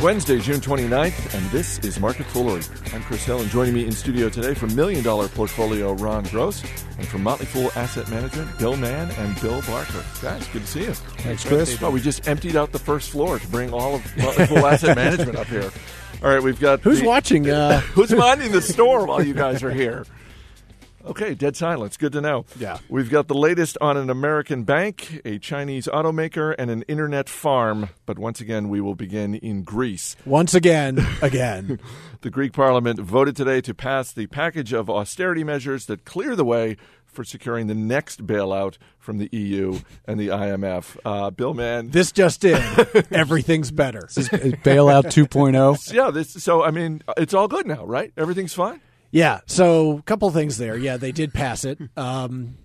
Wednesday, June 29th, and this is Market Foolery. I'm Chris Hill, and joining me in studio today from Million Dollar Portfolio, Ron Gross, and from Motley Fool Asset Management, Bill Mann and Bill Barker. Guys, good to see you. Thanks, Chris. Well, we just emptied out the first floor to bring all of Motley Fool Asset Management up here. All right, we've got Who's the- watching? Uh, Who's minding the store while you guys are here? Okay, dead silence. Good to know. Yeah. We've got the latest on an American bank, a Chinese automaker, and an internet farm. But once again, we will begin in Greece. once again, again. The Greek parliament voted today to pass the package of austerity measures that clear the way for securing the next bailout from the EU and the IMF. Uh, Bill Mann. This just in. Everything's better. uh, bailout 2.0 yeah, this, so I mean, it's all good now, right? Everything's fine? Yeah. So, a couple things there. Yeah, they did pass it. Um,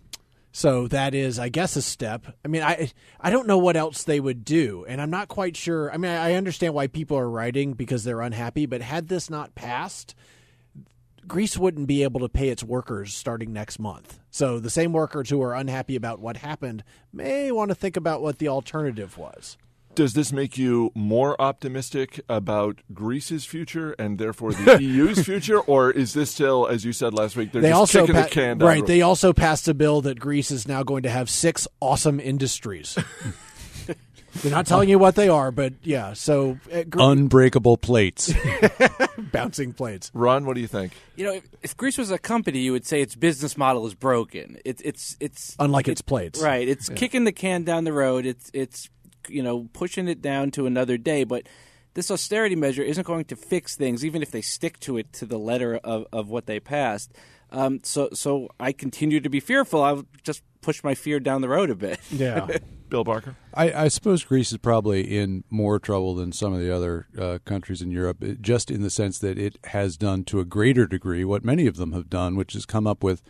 so that is, I guess, a step. I mean, I I don't know what else they would do, and I'm not quite sure. I mean, I understand why people are writing because they're unhappy, but had this not passed, Greece wouldn't be able to pay its workers starting next month. So the same workers who are unhappy about what happened may want to think about what the alternative was. Does this make you more optimistic about Greece's future and therefore the EU's future, or is this still, as you said last week, they're they just also kicking pa- the can down? right. the road? They also passed a bill that Greece is now going to have six awesome industries. They're not telling you what they are, but yeah. So uh, Gre- unbreakable plates bouncing plates. Ron, what do you think? You know, if, if Greece was a company, you would say its business model is broken. It, it's it's Unlike its plates. right. It's kicking the can down the road. It's it's you know pushing it down to another day. But this austerity measure isn't going to fix things, even if they stick to it to the letter of, of what they passed. Um, so so I continue to be fearful. I'll just push my fear down the road a bit. Yeah. Bill Barker? I, I suppose greece is probably in more trouble than some of the other uh, countries in europe it- just in the sense that it has done to a greater degree what many of them have done which is come up with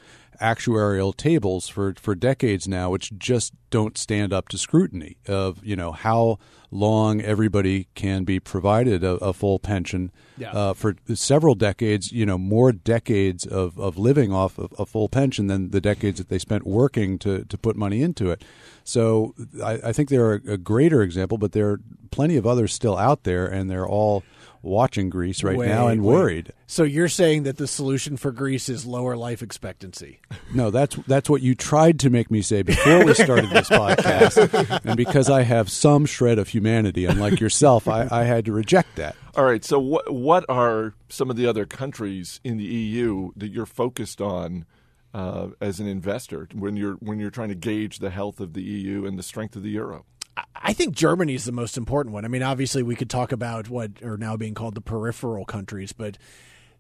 actuarial tables for, for decades now which just don't stand up to scrutiny of you know how long everybody can be provided a, a full pension Yeah. uh, for several decades, you know, more decades of, of living off of a full pension than the decades that they spent working to, to put money into it. So I, I think they're a, a greater example, but there are plenty of others still out there, and they're all watching Greece right Wait, now and wait. worried. So you're saying that the solution for Greece is lower life expectancy? No, that's that's what you tried to make me say before we started this podcast, and because I have some shred of humanity, unlike yourself, I, I had to reject that. All right. So, what what are some of the other countries in the EU that you're focused on uh, as an investor when you're when you're trying to gauge the health of the EU and the strength of the euro? I- I think Germany's the most important one. I mean, obviously, we could talk about what are now being called the peripheral countries, but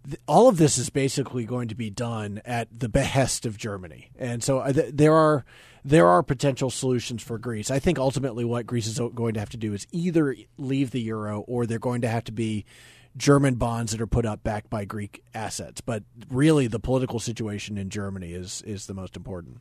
th- all of this is basically going to be done at the behest of Germany. And so uh, th- there are there are potential solutions for Greece. I think ultimately what Greece is o- going to have to do is either leave the euro or they're going to have to be German bonds that are put up backed by Greek assets. But really, the political situation in Germany is is the most important.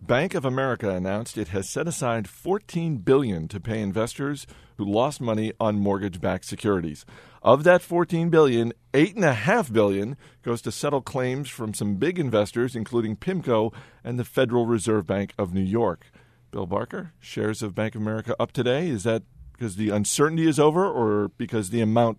Bank of America announced it has set aside 14 billion to pay investors who lost money on mortgage-backed securities. Of that 14 billion, eight and a half billion goes to settle claims from some big investors, including PIMCO and the Federal Reserve Bank of New York. Bill Barker, shares of Bank of America up today. Is that because the uncertainty is over, or because the amount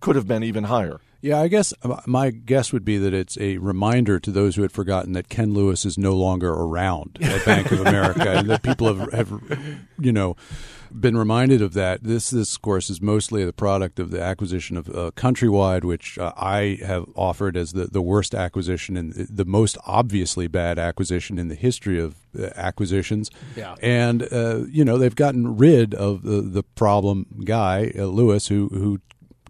could have been even higher? Yeah, I guess uh, my guess would be that it's a reminder to those who had forgotten that Ken Lewis is no longer around at Bank of America, and that people have, have, you know, been reminded of that. This, this of course, is mostly the product of the acquisition of uh, Countrywide, which uh, I have offered as the, the worst acquisition and the most obviously bad acquisition in the history of uh, acquisitions. Yeah. and uh, you know they've gotten rid of the, the problem guy uh, Lewis, who who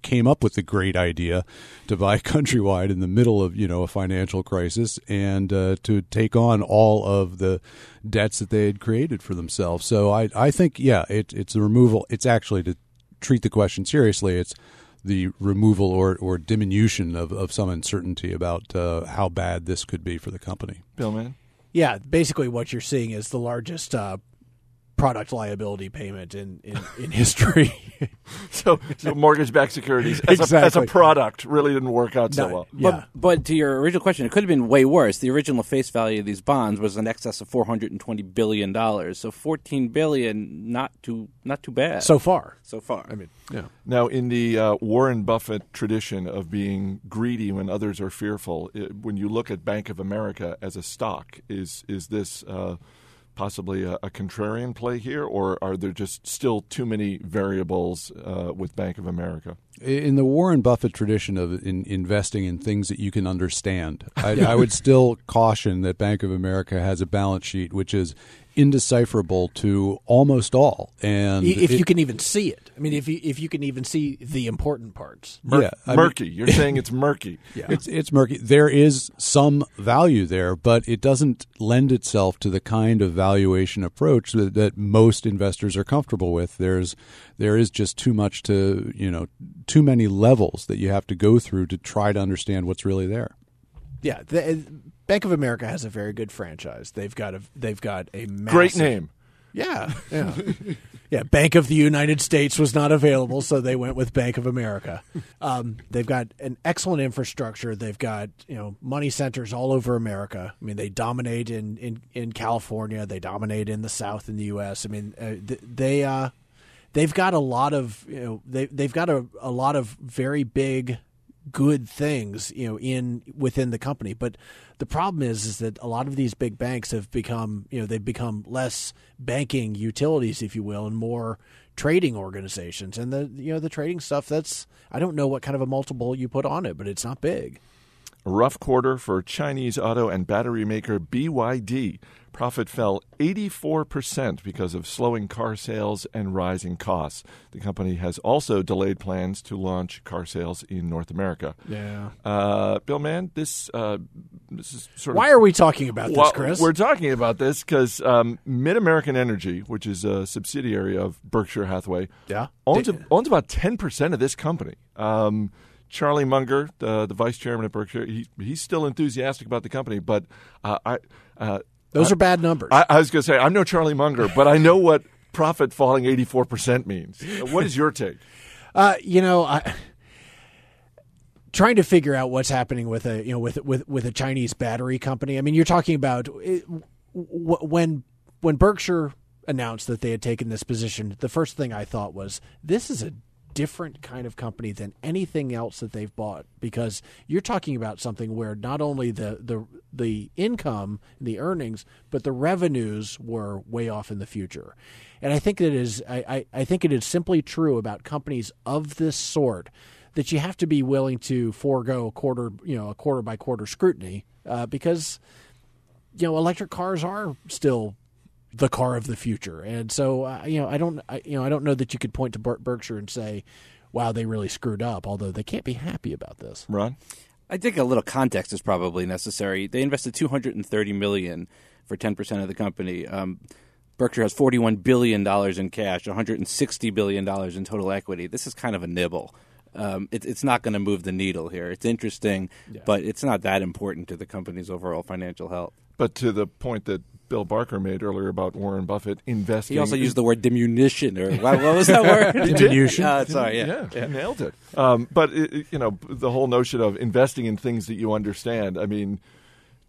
came up with the great idea to buy Countrywide in the middle of you know a financial crisis and uh, to take on all of the debts that they had created for themselves. So I I think yeah it, it's the removal. It's actually to treat the question seriously. It's the removal or, or diminution of, of some uncertainty about uh, how bad this could be for the company. Bill, man. Yeah, basically what you're seeing is the largest uh, product liability payment in in, in history. So, so mortgage-backed securities as, a, as a Exactly. product really didn't work out so Not- well. yeah. But, but to your original question, it could have been way worse. The original face value of these bonds was in excess of four hundred and twenty billion dollars. So fourteen billion, not too not too bad. so far, so far, I mean, Now, in the uh, Warren Buffett tradition of being greedy when others are fearful, i when you look at Bank of America as a stock, is is this uh, possibly a, a contrarian play here, or are there just still too many variables uh, with Bank of America? in the Warren Buffett tradition of in, investing in things that you can understand, I, I would still caution that Bank of America has a balance sheet which is indecipherable to almost all. And if it- you can even see it, I mean, if you if you can even see the important parts, Mur- Yeah, I mean- murky. You're saying it's murky. It's it's murky. There is some value there, but it doesn't lend itself to the kind of valuation approach that, that most investors are comfortable with. There's there is just too much to you know too many levels that you have to go through to try to understand what's really there. yeah. The, Bank of America has a very good franchise. They've got a they've got a massive, Great name. Yeah, yeah, yeah. Bank of the United States was not available, so they went with Bank of America. Um, they've got an excellent infrastructure. They've got you know money centers all over America. I mean, they dominate in in, in California. They dominate in the South in the U.S. I mean, uh, th- they uh, they've got a lot of you know they they've got a, a lot of very big good things you know in within the company but the problem is is that a lot of these big banks have become you know they've become less banking utilities if you will and more trading organizations and the you know the trading stuff that's I don't know what kind of a multiple you put on it but it's not big A rough quarter for Chinese auto and battery maker BYD. Profit fell 84% because of slowing car sales and rising costs. The company has also delayed plans to launch car sales in North America. yeah Uh, Bill Mann, this, uh, this is sort of. why are we talking about this Well, Chris We're talking about this because um, Mid American Energy, which is a subsidiary of Berkshire Hathaway, Yeah. owns, owns about ten percent of this company. Um, Charlie Munger, the, the vice chairman at Berkshire, he, he's still enthusiastic about the company, but uh, I, uh, those are bad numbers I, I was going to say I'm no Charlie Munger, but I know what profit falling eighty four percent means. What is your take? Uh, you know, I trying to figure out what's happening with a you know with with with a Chinese battery company. I mean, you're talking about it, w- w- when when Berkshire announced that they had taken this position. The first thing I thought was this is a different kind of company than anything else that they've bought because you're talking about something where not only the the the income the earnings but the revenues were way off in the future and i think that is I, I, I think it is simply true about companies of this sort that you have to be willing to forego quarter you know a quarter by quarter scrutiny uh, because you know electric cars are still the car of the future and so uh, you know i don't I, you know i don't know that you could point to Ber- berkshire and say wow they really screwed up although they can't be happy about this Ron, I think a little context is probably necessary. They invested 230 million for 10% of the company. Um, Berkshire has 41 billion dollars in cash, 160 billion dollars in total equity. This is kind of a nibble. Um, it, it's not going to move the needle here. It's interesting, but it's not that important to the company's overall financial health. but to the point that Bill Barker made earlier about Warren Buffett investing. He also used the word diminution, or what, what was that word? Diminution. Uh, sorry, yeah. yeah, you nailed it. Um, but it, it- you know, the whole notion of investing in things that you understand. I mean,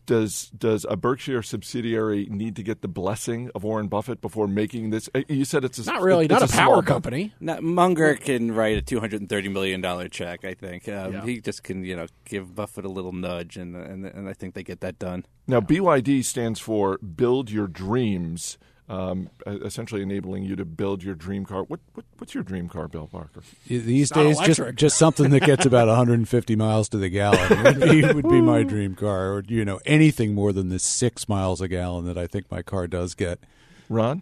does does a Berkshire subsidiary need to get the blessing of Warren Buffett before making this? uh, You said it's a, not really it's not a small power bu- company Now, Munger can write a two hundred and thirty million dollar check. I think um, he just can, you know, give Buffett a little nudge, and and and I think they get that done. Now, BYD stands for Build Your Dreams. Um, essentially enabling you to build your dream car. What, what what's your dream car, Bill Barker? These not days, just, electric. just something that gets about 150 miles to the gallon would be, would be my dream car, or you know anything more than the six miles a gallon that I think my car does get. Ron,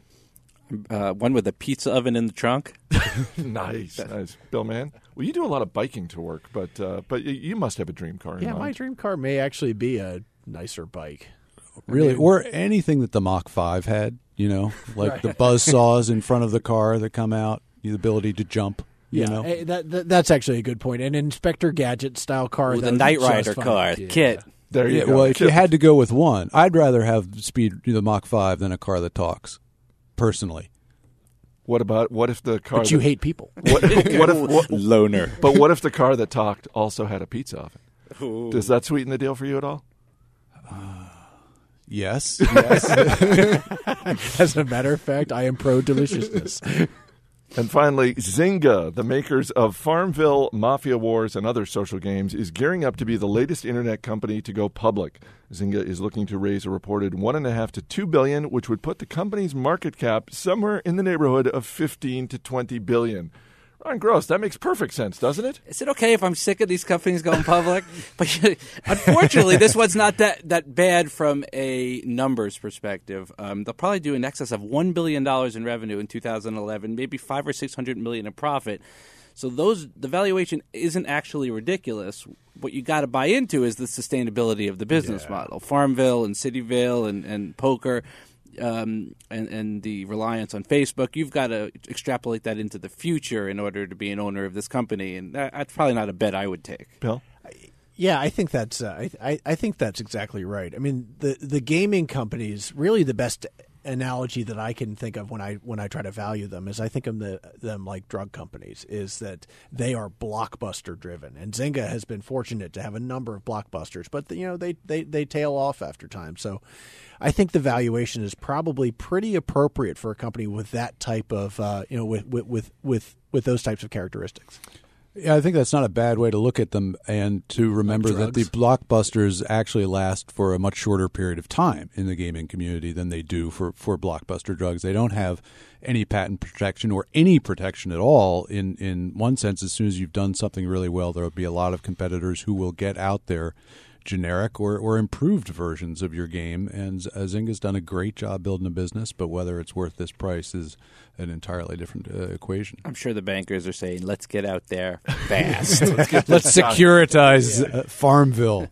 Uh, one with a pizza oven in the trunk. nice, nice. Bill, man, well, you do a lot of biking to work, but uh, but you- you must have a dream car. In yeah mind. my dream car may actually be a nicer bike Really, or anything that the Mach 5 had, you know, like the buzz saws in front of the car that come out, the ability to jump, you know. eh, that, that- that's actually a good point. An Inspector Gadget style car, With that a would Knight be just Rider fine. car, Yeah. kit. There you Yeah, go. well, if you Kip- had to go with one, I'd rather have speed the Mach 5 than a car that talks, personally. What about what if the car? But you that- hate people. What, what if? What, Loner. but what if the car that talked also had a pizza oven? Does that sweeten the deal for you at all? Yes. As a matter of fact, I am pro deliciousness. And finally, Zynga, the makers of Farmville, Mafia Wars, and other social games, is gearing up to be the latest internet company to go public. Zynga is looking to raise a reported one and a half to two billion, which would put the company's market cap somewhere in the neighborhood of fifteen to twenty billion. Ron Gross, that makes perfect sense, doesn't it? Is it okay if I'm sick of these companies going public? but unfortunately, this one's not that, that bad from a numbers perspective. Um, they'll probably do in excess of one billion dollars in revenue in 2011, maybe five or six hundred million in profit. So those the valuation isn't actually ridiculous. What you got to buy into is the sustainability of the business model, Farmville and Cityville and, and poker um, and, and the reliance on Facebook, you've got to extrapolate that into the future in order to be an owner of this company. And that, that's probably not a bet I would take. Bill? Yeah, I think that's uh, I, I I think that's exactly right. I mean, the the gaming companies really the best analogy that I can think of when I when I try to value them is I think of the, them like drug companies is that they are blockbuster driven and Zynga has been fortunate to have a number of blockbusters but you know they they they tail off after time so I think the valuation is probably pretty appropriate for a company with that type of uh, you know with with with with, with those types of characteristics. Yeah, I think that's not a bad way to look at them and to remember that the blockbusters actually last for a much shorter period of time in the gaming community than they do for, for blockbuster drugs. They don't have any patent protection or any protection at all. In, in one sense, as soon as you've done something really well, there will be a lot of competitors who will get out there generic or, or improved versions of your game. And Z- uh, Zynga's done a great job building a business, but whether it's worth this price is an entirely different uh, equation. I'm sure the bankers are saying, let's get out there fast. Let's securitize uh, Farmville.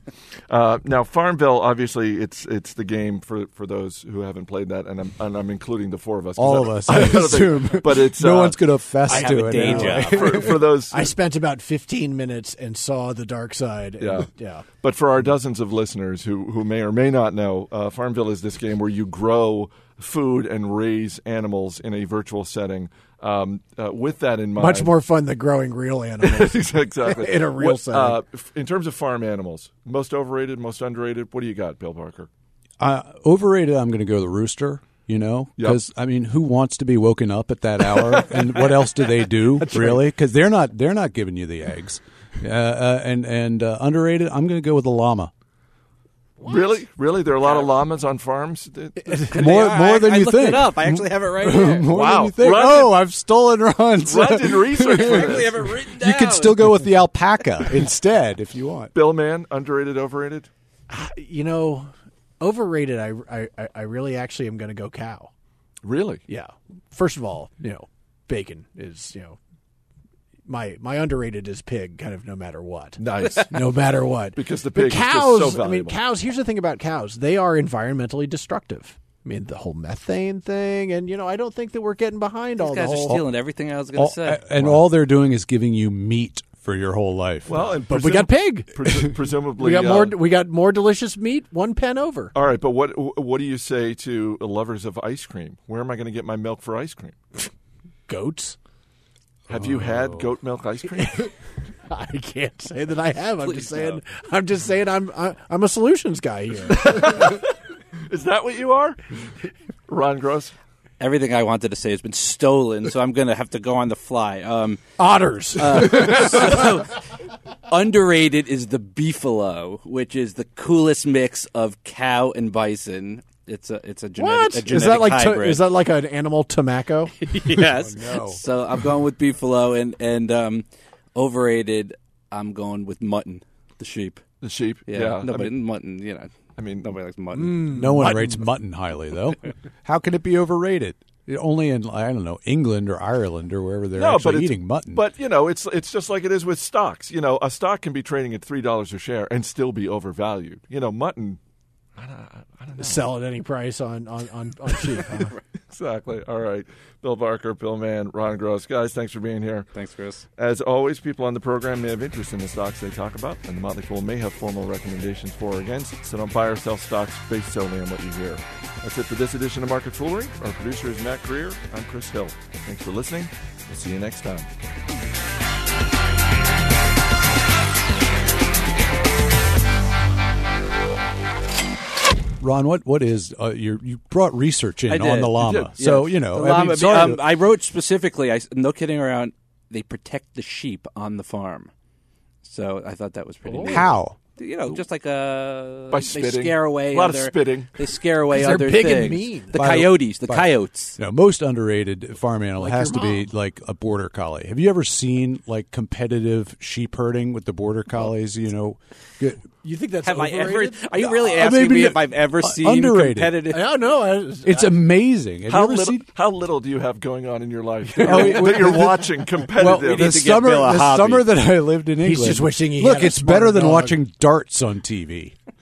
Uh, now, Farmville, obviously, it's it's the game for, for those who haven't played that, and I'm, and I'm including the four of us. 'cause All I- of us, I, don't assume. think- but it's no uh, one's going to fess I have to a it. day anyway. job. for, for those. I spent about 15 minutes and saw the dark side. and- Yeah. yeah. But for our dozens of listeners who, who may or may not know, uh, Farmville is this game where you grow food and raise animals in a virtual setting. Um, uh, with that in mind, Much more fun than growing real animals. exactly in a real What, setting. Uh, f- in terms of farm animals, most overrated, most underrated. What do you got, Bill Parker? Uh, overrated. I'm going to go the rooster. You know, Yep. because I mean, who wants to be woken up at that hour? and what else do they do really? Because they're not they're not giving you the eggs. Uh, uh, and and uh, underrated. I'm going to go with the llama. Really, really, there are a lot of llamas on farms. Th- th- More I- more than I you looked it think. up. I actually have it right here. More Wow. than you think. Run- oh, I've stolen runs. Ron did research. I For actually have it this. written down. you could still go with the alpaca instead if you want. Bill Man, underrated, overrated. you know, overrated, I, I, I- I really actually am going to go cow. Really, Yeah. First of all, you know, bacon is, you know, my my underrated is pig kind of no matter what. nice. No matter what. Because the But pig is just so cows, I mean, valuable. cows, here's the thing about cows. They are environmentally destructive. I mean, the whole methane thing and you know, I don't think that we're getting behind all These guys the are Oh. whole stealing everything I was going All- to say. and all they're doing is giving you meat for your whole life. Well, and But we presum- got pig. presu- presumably, We got uh, more. We got more delicious meat. One pen over. All right, but what what do you say to lovers of ice cream? Where am I going to get my milk for ice cream? Goats. Have you had goat milk ice cream? I can't say that I have. I'm Please just saying. I'm just saying. I'm. I- I'm a solutions guy here. Is that what you are? Ron Gross. Everything I wanted to say has been stolen, so I'm going to have to go on the fly. Um, Otters. underrated is the beefalo, which is the coolest mix of cow and bison. It's a it's a genetic, what a is genetic that like? To, hybrid. is that like an animal tomaco? yes. no. So I'm going with beefalo and and um, overrated. I'm going with mutton, the sheep. The sheep. Yeah, I nobody mean, mutton. You know, I mean, nobody likes mutton. No one rates mutton highly, though. How can it be overrated? Only in I don't know England or Ireland or wherever they're no, but actually it's- eating mutton. But you know, it's it's just like it is with stocks. You know, a stock can be trading at three dollars a share and still be overvalued. You know, mutton. Sell at any price on on on, on sheep. huh? exactly. All right. Bill Barker, Bill Mann, Ron Gross. Guys, thanks for being here. Thanks, Chris. As always, people on the program may have interest in the stocks they talk about, and the Motley Fool may have formal recommendations for or against, so don't buy or sell stocks based solely on what you hear. That's it for this edition of Market Foolery. Our producer is Matt Greer. I'm Chris Hill. Thanks for listening. We'll see you next time. Ron, what what is uh, you you brought research in I did. on the llama? You did, So Yeah. you know, I The mean, llama- sorry um, to- I wrote specifically. I s- no kidding around. They protect the sheep on the farm, so I thought that was Oh. pretty. neat. how You know, just like a By they spitting. scare away A lot of other- spitting. They scare away 'Cause they're other big and things. mean. The By the- coyotes, the by- coyotes. you know, most underrated farm animal Like has to your be mom. like a border collie. Have you ever seen like competitive sheep herding with the border collies? You know, Get- You think that's Have I ever? overrated? Are you really Uh, asking maybe me it- if I've ever uh, seen underrated. competitive? I don't know. I, it's amazing. Have How you ever little, seen? how little do you have going on in your life Oh, we- that you're watching competitive? we need the to get summer, Bill a the hobby. summer that I lived in England, just wishing he look, had a it's better smarter than dog. watching darts on TV.